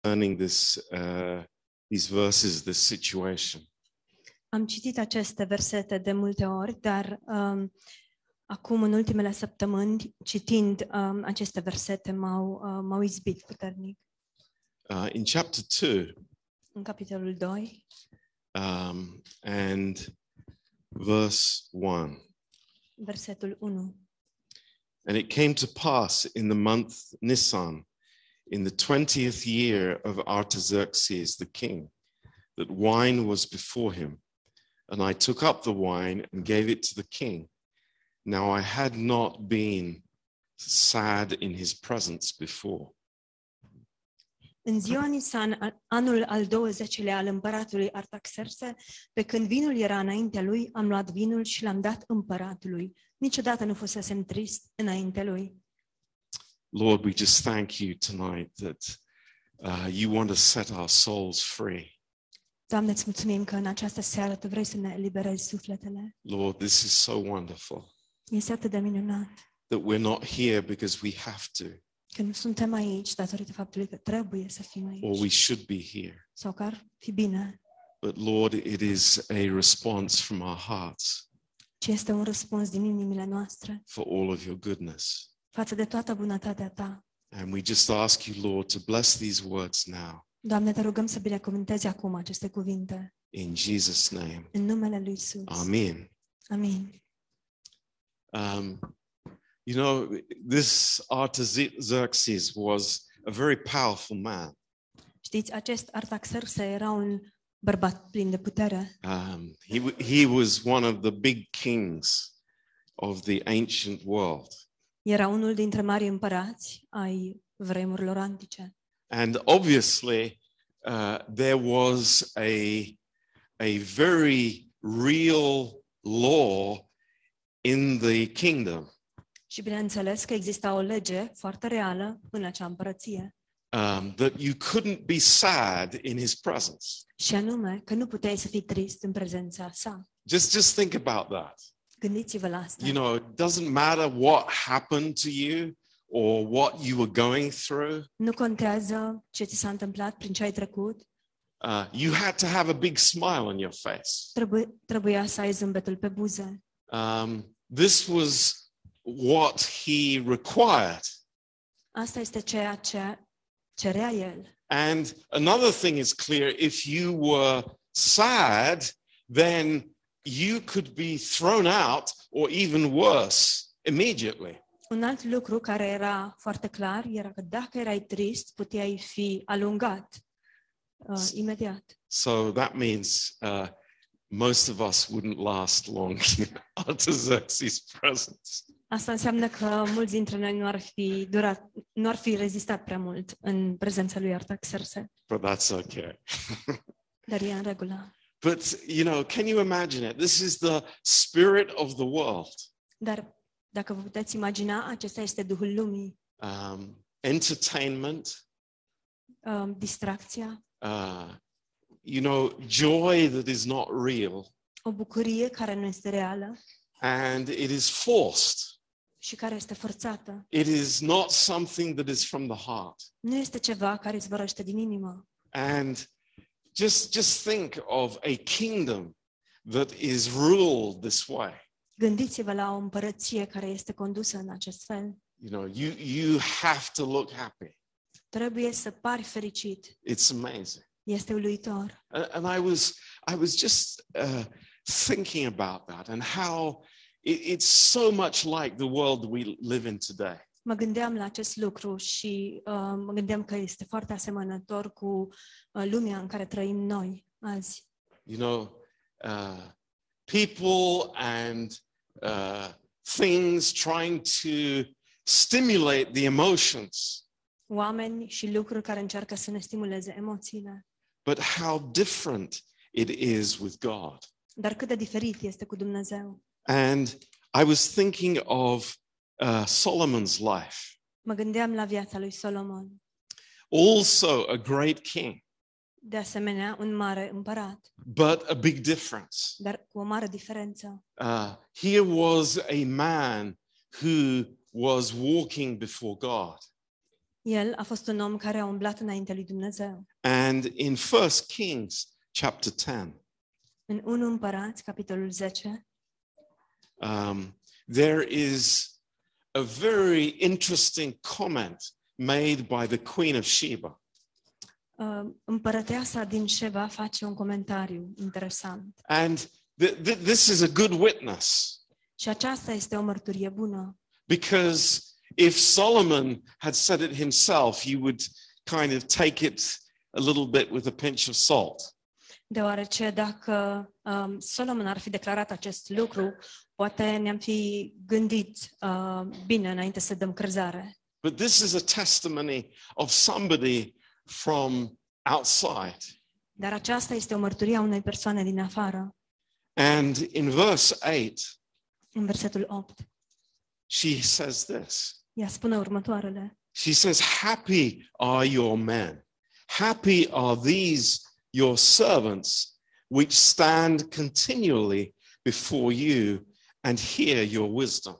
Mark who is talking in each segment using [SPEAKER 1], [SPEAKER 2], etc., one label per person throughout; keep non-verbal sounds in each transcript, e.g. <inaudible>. [SPEAKER 1] concerning this, uh, these verses, this situation.
[SPEAKER 2] Am citit aceste versete de multe ori, dar um, acum, în ultimele săptămâni, citind um, aceste versete, m-au, uh, m-au izbit puternic.
[SPEAKER 1] Uh, in chapter 2
[SPEAKER 2] În capitolul 2,
[SPEAKER 1] um, and verse 1.
[SPEAKER 2] versetul 1.
[SPEAKER 1] And it came to pass in the month Nisan, in the 20th year of Artaxerxes the king, that wine was before him. And I took up the wine and gave it to the king. Now I had not been sad in his presence before.
[SPEAKER 2] În ziua Nisan, a- anul al 20-lea al împăratului Artaxerxe, pe când vinul era înaintea lui, am luat vinul și l-am dat împăratului. Niciodată nu fusesem trist înainte lui.
[SPEAKER 1] Lord, we just thank you tonight that uh, you want to set our souls free.
[SPEAKER 2] Doamne, îți mulțumim că în această seară Tu vrei să ne eliberezi sufletele.
[SPEAKER 1] Lord, this is so wonderful
[SPEAKER 2] Este atât de minunat
[SPEAKER 1] that we're not here because we have to
[SPEAKER 2] că nu suntem aici datorită faptului că trebuie să fim aici.
[SPEAKER 1] or we should be here.
[SPEAKER 2] Sau că ar fi bine,
[SPEAKER 1] But Lord, it is a response from our hearts
[SPEAKER 2] ci este un răspuns din inimile noastre
[SPEAKER 1] for all of your goodness.
[SPEAKER 2] față de toată bunătatea Ta.
[SPEAKER 1] And we just ask you, Lord, to bless these words now
[SPEAKER 2] Doamne, Te rugăm să binecuvântezi acum aceste cuvinte.
[SPEAKER 1] in Jesus' name.
[SPEAKER 2] În numele Lui Iisus.
[SPEAKER 1] Amen.
[SPEAKER 2] Amin.
[SPEAKER 1] Um, you know, this Artaxerxes was a very powerful man.
[SPEAKER 2] Știți, acest Artaxerxes era un bărbat plin de putere.
[SPEAKER 1] Um, he, w- he was one of the big kings of the ancient world.
[SPEAKER 2] Era unul dintre mari împărați ai vremurilor antice.
[SPEAKER 1] And obviously, uh, there was a, a very real law in the kingdom.
[SPEAKER 2] Și bineînțeles că exista o lege foarte reală în acea împărăție,
[SPEAKER 1] um, that you couldn't be sad in his presence.
[SPEAKER 2] și anume că nu puteai să fii trist în prezența sa.
[SPEAKER 1] Just, just think about that.
[SPEAKER 2] Gândiți-vă la asta.
[SPEAKER 1] You know, it doesn't matter what happened to you or what you were going through.
[SPEAKER 2] Nu contează ce ți s-a întâmplat, prin ce ai trecut,
[SPEAKER 1] Uh, you had to have a big smile on your face.
[SPEAKER 2] trebuie, trebuia să ai zâmbetul pe buze.
[SPEAKER 1] Um, this was what he required.
[SPEAKER 2] Asta este ceea ce cerea el.
[SPEAKER 1] And another thing is clear if you were sad, then you could be thrown out or even worse immediately.
[SPEAKER 2] Un alt lucru care era foarte clar era că dacă erai trist, puteai fi alungat uh, imediat.
[SPEAKER 1] So that means uh, most of us wouldn't last long <laughs> in Artaxerxes' presence.
[SPEAKER 2] Asta înseamnă că mulți dintre noi nu ar fi durat, nu ar fi rezistat prea mult în prezența lui Artaxerxes,
[SPEAKER 1] But that's okay. <laughs>
[SPEAKER 2] dar e în regulă.
[SPEAKER 1] But, you know, can you imagine it? This is the spirit of the world
[SPEAKER 2] Dar dacă vă puteți imagina, acesta este duhul lumii,
[SPEAKER 1] um, entertainment,
[SPEAKER 2] uh, distracția,
[SPEAKER 1] uh, you know, joy that is not real.
[SPEAKER 2] o bucurie care nu este reală
[SPEAKER 1] and it is forced.
[SPEAKER 2] și care este forțată.
[SPEAKER 1] It is not something that is from the heart.
[SPEAKER 2] Nu este ceva care izvorăște din inimă.
[SPEAKER 1] And just just think of a kingdom that is ruled this way.
[SPEAKER 2] Gândiți-vă la o împărăție care este condusă în acest fel.
[SPEAKER 1] You know, you you have to look happy.
[SPEAKER 2] Trebuie să pari fericit.
[SPEAKER 1] It's amazing.
[SPEAKER 2] Este uluitor.
[SPEAKER 1] A- And I was I was just uh, thinking about that and how it, it's so much like the world we live in today.
[SPEAKER 2] Mă gândeam la acest lucru și uh, mă gândeam că este foarte asemănător cu uh, lumea în care trăim noi azi.
[SPEAKER 1] you know, uh, people and uh, things trying to stimulate the emotions,
[SPEAKER 2] Oameni și lucruri care încearcă să ne stimuleze emoțiile.
[SPEAKER 1] but how different it is with God.
[SPEAKER 2] Dar cât de diferit este cu Dumnezeu.
[SPEAKER 1] And I was thinking of uh, Solomon's life,
[SPEAKER 2] Mă gândeam la viața lui Solomon.
[SPEAKER 1] also a great king,
[SPEAKER 2] De asemenea, un mare împărat,
[SPEAKER 1] but a big difference.
[SPEAKER 2] dar cu o mare diferență.
[SPEAKER 1] Uh, here was a man who was walking before God.
[SPEAKER 2] El a fost un om care a umblat înaintea lui Dumnezeu.
[SPEAKER 1] And in 1 Kings chapter 10,
[SPEAKER 2] În 1 Împărați, capitolul 10,
[SPEAKER 1] um, there is a very interesting comment made by the Queen of Sheba.
[SPEAKER 2] uh, împărăteasa din Sheba face un comentariu interesant.
[SPEAKER 1] And th- th- this is a good witness
[SPEAKER 2] Și aceasta este o mărturie bună,
[SPEAKER 1] because if Solomon had said it himself, you would kind of take it a little bit with a pinch of salt.
[SPEAKER 2] deoarece dacă um, Solomon ar fi declarat acest lucru, poate ne-am fi gândit uh, bine înainte să dăm crezare.
[SPEAKER 1] But this is a testimony of somebody from outside.
[SPEAKER 2] Dar aceasta este o mărturie a unei persoane din afară.
[SPEAKER 1] And in verse 8,
[SPEAKER 2] În versetul 8,
[SPEAKER 1] she says this
[SPEAKER 2] ea spune următoarele.
[SPEAKER 1] She says, Happy are your men. Happy are these your servants, which stand continually before you and hear your wisdom.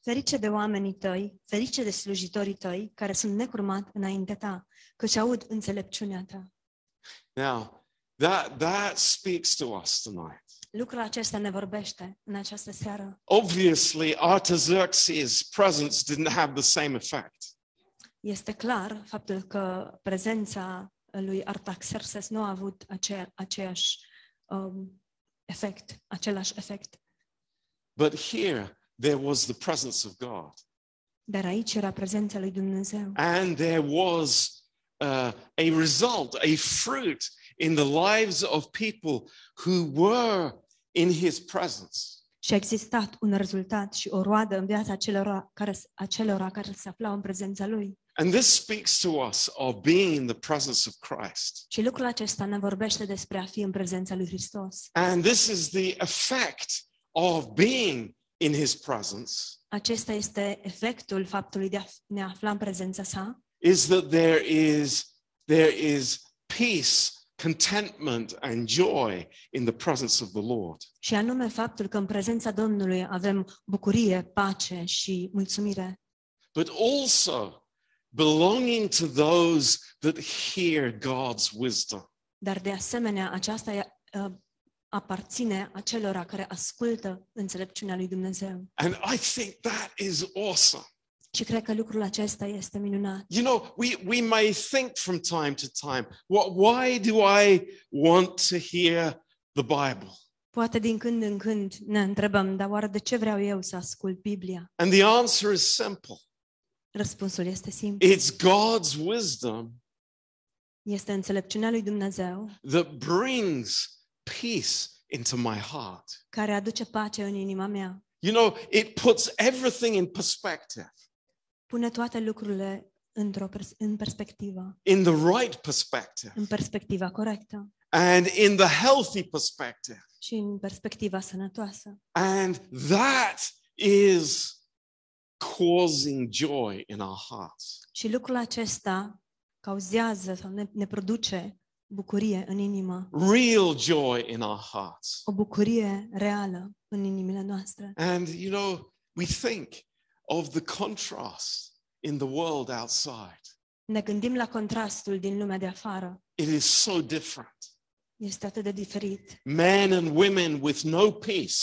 [SPEAKER 2] Ferice de oamenii tăi, ferice de slujitorii tăi, care sunt necurmat înaintea ta, căci aud înțelepciunea ta.
[SPEAKER 1] Now, that, that speaks to us tonight.
[SPEAKER 2] Lucrul acesta ne vorbește în această seară.
[SPEAKER 1] Obviously, Artaxerxes' presence didn't have the same effect.
[SPEAKER 2] Este clar faptul că prezența lui Artaxerxes nu a avut acea, aceeași um, efect, același efect.
[SPEAKER 1] But here, there was the presence of God,
[SPEAKER 2] Dar aici era prezența lui Dumnezeu
[SPEAKER 1] and there was uh, a result, a fruit in the lives of people who were in his presence.
[SPEAKER 2] și a existat un rezultat și o roadă în viața acelora care, s- acelora care se aflau în prezența lui.
[SPEAKER 1] And this speaks to us of being in the presence of Christ.
[SPEAKER 2] Și lucrul acesta ne vorbește despre a fi în prezența lui Hristos.
[SPEAKER 1] And this is the effect of being in his presence.
[SPEAKER 2] Acesta este efectul faptului de a ne afla în prezența sa,
[SPEAKER 1] is that there is there is peace contentment and joy in the presence of the lord
[SPEAKER 2] și anume faptul că în prezența Domnului avem bucurie, pace și mulțumire.
[SPEAKER 1] but also belonging to those that hear god's wisdom
[SPEAKER 2] Dar de asemenea, aceasta e, uh, aparține acelora care ascultă înțelepciunea lui Dumnezeu.
[SPEAKER 1] and i think that is awesome
[SPEAKER 2] Și cred că lucrul acesta este minunat.
[SPEAKER 1] you know we we may think from time to time what why do i want to hear the bible
[SPEAKER 2] Poate din când în când ne întrebăm, dar oare de ce vreau eu să ascult Biblia?
[SPEAKER 1] and the answer is simple
[SPEAKER 2] Răspunsul este simplu.
[SPEAKER 1] it's god's wisdom
[SPEAKER 2] Este înțelepciunea lui Dumnezeu
[SPEAKER 1] that brings peace into my heart.
[SPEAKER 2] care aduce pace în inima mea.
[SPEAKER 1] You know, it puts everything in perspective,
[SPEAKER 2] Pune toate lucrurile într-o pers- în perspectivă,
[SPEAKER 1] in the right perspective,
[SPEAKER 2] în perspectiva corectă
[SPEAKER 1] and in the healthy perspective.
[SPEAKER 2] și în perspectiva sănătoasă.
[SPEAKER 1] And that is causing joy in our hearts.
[SPEAKER 2] Și lucrul acesta cauzează sau ne, ne produce bucurie în inimă
[SPEAKER 1] Real joy in our hearts.
[SPEAKER 2] o bucurie reală în inimile noastre.
[SPEAKER 1] And, you know, we think of the contrast in the world outside.
[SPEAKER 2] Ne gândim la contrastul din lumea de afară.
[SPEAKER 1] It is so different.
[SPEAKER 2] Este atât de diferit.
[SPEAKER 1] Men and women with no peace.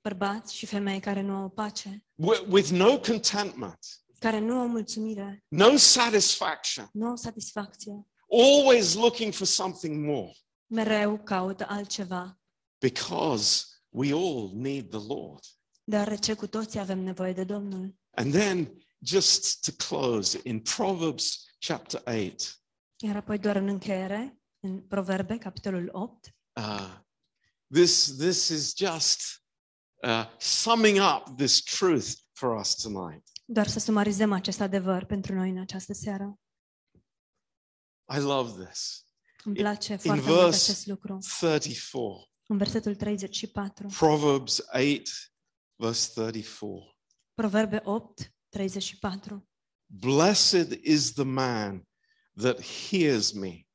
[SPEAKER 2] Bărbați și femei care nu au pace,
[SPEAKER 1] with, with no contentment,
[SPEAKER 2] care nu au mulțumire,
[SPEAKER 1] no satisfaction,
[SPEAKER 2] nu au satisfacție.
[SPEAKER 1] always looking for something more
[SPEAKER 2] Mereu caută altceva,
[SPEAKER 1] because we all need the Lord.
[SPEAKER 2] deoarece cu toții avem nevoie de Domnul.
[SPEAKER 1] And then, just to close, in Proverbs chapter 8,
[SPEAKER 2] Iar apoi doar în încheiere, în Proverbe, capitolul 8,
[SPEAKER 1] uh, this, this is just uh, summing up this truth for us tonight.
[SPEAKER 2] doar să sumarizăm acest adevăr pentru noi în această seară.
[SPEAKER 1] I love this.
[SPEAKER 2] Îmi place
[SPEAKER 1] In
[SPEAKER 2] foarte mult
[SPEAKER 1] verse-
[SPEAKER 2] acest lucru.
[SPEAKER 1] 34,
[SPEAKER 2] În versetul 34,
[SPEAKER 1] Proverbs 8, verse 34.
[SPEAKER 2] Proverbe 8, 34.
[SPEAKER 1] Blessed is the man that hears me,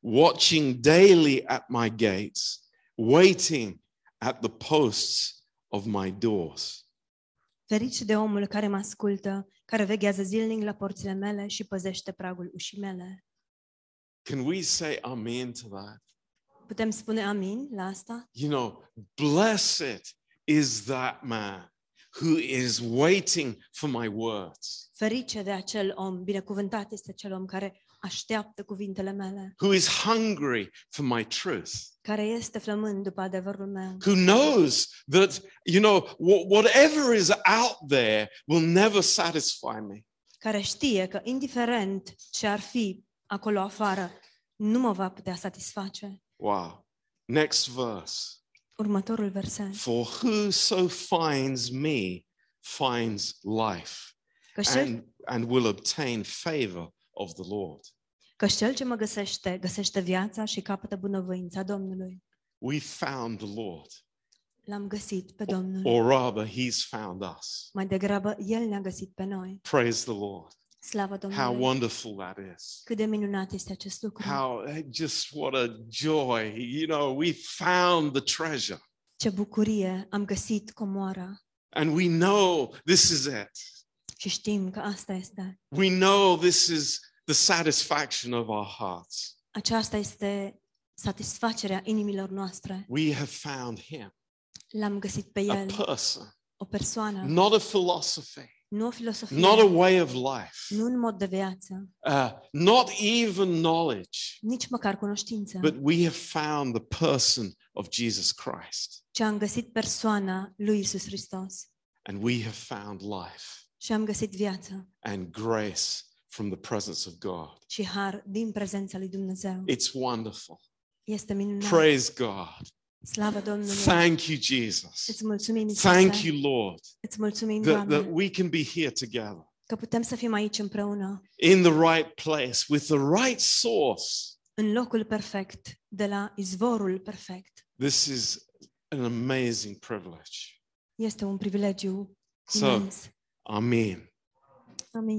[SPEAKER 1] watching daily at my gates, waiting at the posts of my doors.
[SPEAKER 2] Ferice de omul care mă ascultă, care veghează zilnic la porțile mele și păzește pragul ușii mele.
[SPEAKER 1] Can we say amen to that?
[SPEAKER 2] Putem spune amin la asta?
[SPEAKER 1] You know, blessed is that man who is waiting for my words,
[SPEAKER 2] Ferice de acel om, binecuvântat este acel om care așteaptă cuvintele mele,
[SPEAKER 1] who is hungry for my truth,
[SPEAKER 2] care este flămând după adevărul meu,
[SPEAKER 1] who knows that, you know, wh- whatever is out there will never satisfy me.
[SPEAKER 2] care știe că indiferent ce ar fi acolo afară, nu mă va putea satisface.
[SPEAKER 1] Wow. Next verse.
[SPEAKER 2] Următorul verset.
[SPEAKER 1] For whoso finds me finds life
[SPEAKER 2] Că cel,
[SPEAKER 1] and, and will obtain favor of the Lord.
[SPEAKER 2] că cel ce mă găsește, găsește viața și capătă bunăvoința Domnului.
[SPEAKER 1] We found the Lord,
[SPEAKER 2] L-am găsit pe Domnul.
[SPEAKER 1] or rather, he's found us.
[SPEAKER 2] Mai degrabă, El ne-a găsit pe noi.
[SPEAKER 1] Praise the Lord.
[SPEAKER 2] Slavă
[SPEAKER 1] How
[SPEAKER 2] Domnului!
[SPEAKER 1] wonderful that is.
[SPEAKER 2] Cât de minunat este acest lucru!
[SPEAKER 1] How eh, just what a joy. You know, we found the treasure
[SPEAKER 2] Ce bucurie! Am găsit comoara
[SPEAKER 1] and we know this is it.
[SPEAKER 2] și știm că asta este.
[SPEAKER 1] We know this is the satisfaction of our hearts.
[SPEAKER 2] Aceasta este satisfacerea inimilor noastre.
[SPEAKER 1] We have found him,
[SPEAKER 2] L-am găsit pe
[SPEAKER 1] a
[SPEAKER 2] El,
[SPEAKER 1] person,
[SPEAKER 2] o persoană,
[SPEAKER 1] not a philosophy,
[SPEAKER 2] nu o filosofie,
[SPEAKER 1] not a way of life,
[SPEAKER 2] nu un mod de viață,
[SPEAKER 1] uh, not even knowledge,
[SPEAKER 2] nici măcar cunoștință,
[SPEAKER 1] but we have found the person of Jesus Christ
[SPEAKER 2] ci am găsit persoana lui Isus Hristos
[SPEAKER 1] and we have found life
[SPEAKER 2] și am găsit viață
[SPEAKER 1] and grace from the presence of God.
[SPEAKER 2] și har din prezența lui Dumnezeu.
[SPEAKER 1] It's wonderful.
[SPEAKER 2] Este minunat.
[SPEAKER 1] Praise God.
[SPEAKER 2] Slavă Domnului!
[SPEAKER 1] Thank you, Jesus.
[SPEAKER 2] Îți mulțumim, Iisuse.
[SPEAKER 1] Thank you, Lord,
[SPEAKER 2] Îți mulțumim,
[SPEAKER 1] that,
[SPEAKER 2] Doamne,
[SPEAKER 1] that we can be here together
[SPEAKER 2] că putem să fim aici împreună,
[SPEAKER 1] in the right place with the right source.
[SPEAKER 2] în locul perfect, de la izvorul perfect.
[SPEAKER 1] This is an amazing privilege.
[SPEAKER 2] Este un privilegiu
[SPEAKER 1] So,
[SPEAKER 2] imens.
[SPEAKER 1] Amen.
[SPEAKER 2] Amin.